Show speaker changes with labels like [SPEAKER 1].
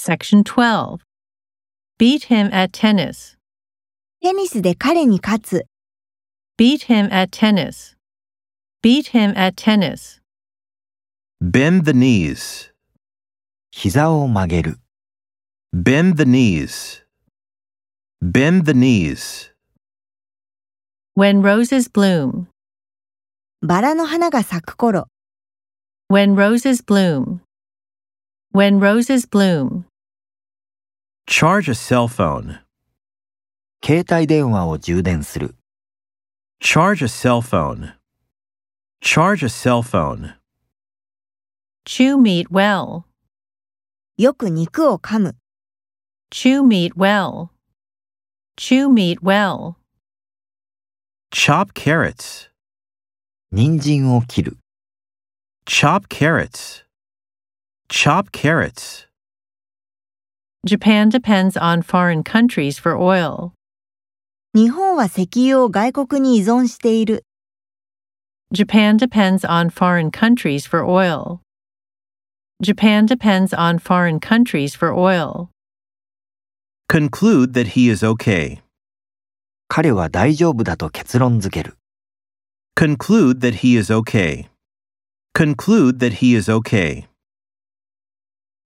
[SPEAKER 1] Section 12. Beat him at tennis.
[SPEAKER 2] テニスで彼に勝つ。
[SPEAKER 1] Beat him at tennis. Beat him at tennis.
[SPEAKER 3] Bend the knees.
[SPEAKER 4] 膝を曲げる。
[SPEAKER 3] Bend the knees. Bend the knees.
[SPEAKER 1] When roses bloom.
[SPEAKER 2] バラの花が咲く頃、
[SPEAKER 1] When roses bloom. When roses bloom.
[SPEAKER 3] Charge a cell phone.
[SPEAKER 4] 携帯電話を充電する。
[SPEAKER 3] Charge a cell phone. Charge a cell phone.
[SPEAKER 1] Chew meat well.
[SPEAKER 2] よく肉を噛む。
[SPEAKER 1] Chew meat well. Chew meat well.
[SPEAKER 3] Chop carrots.
[SPEAKER 4] 人参を切る。
[SPEAKER 3] Chop carrots. Chop carrots.
[SPEAKER 1] Japan depends on foreign countries for oil.
[SPEAKER 2] 日本は石油を外国に依存している。
[SPEAKER 1] Japan depends on foreign countries for oil. Japan depends on foreign countries for oil.
[SPEAKER 3] Conclude that he is okay.
[SPEAKER 4] 彼は大丈夫だと結論づける。
[SPEAKER 3] Conclude that he is okay. Conclude that he is okay.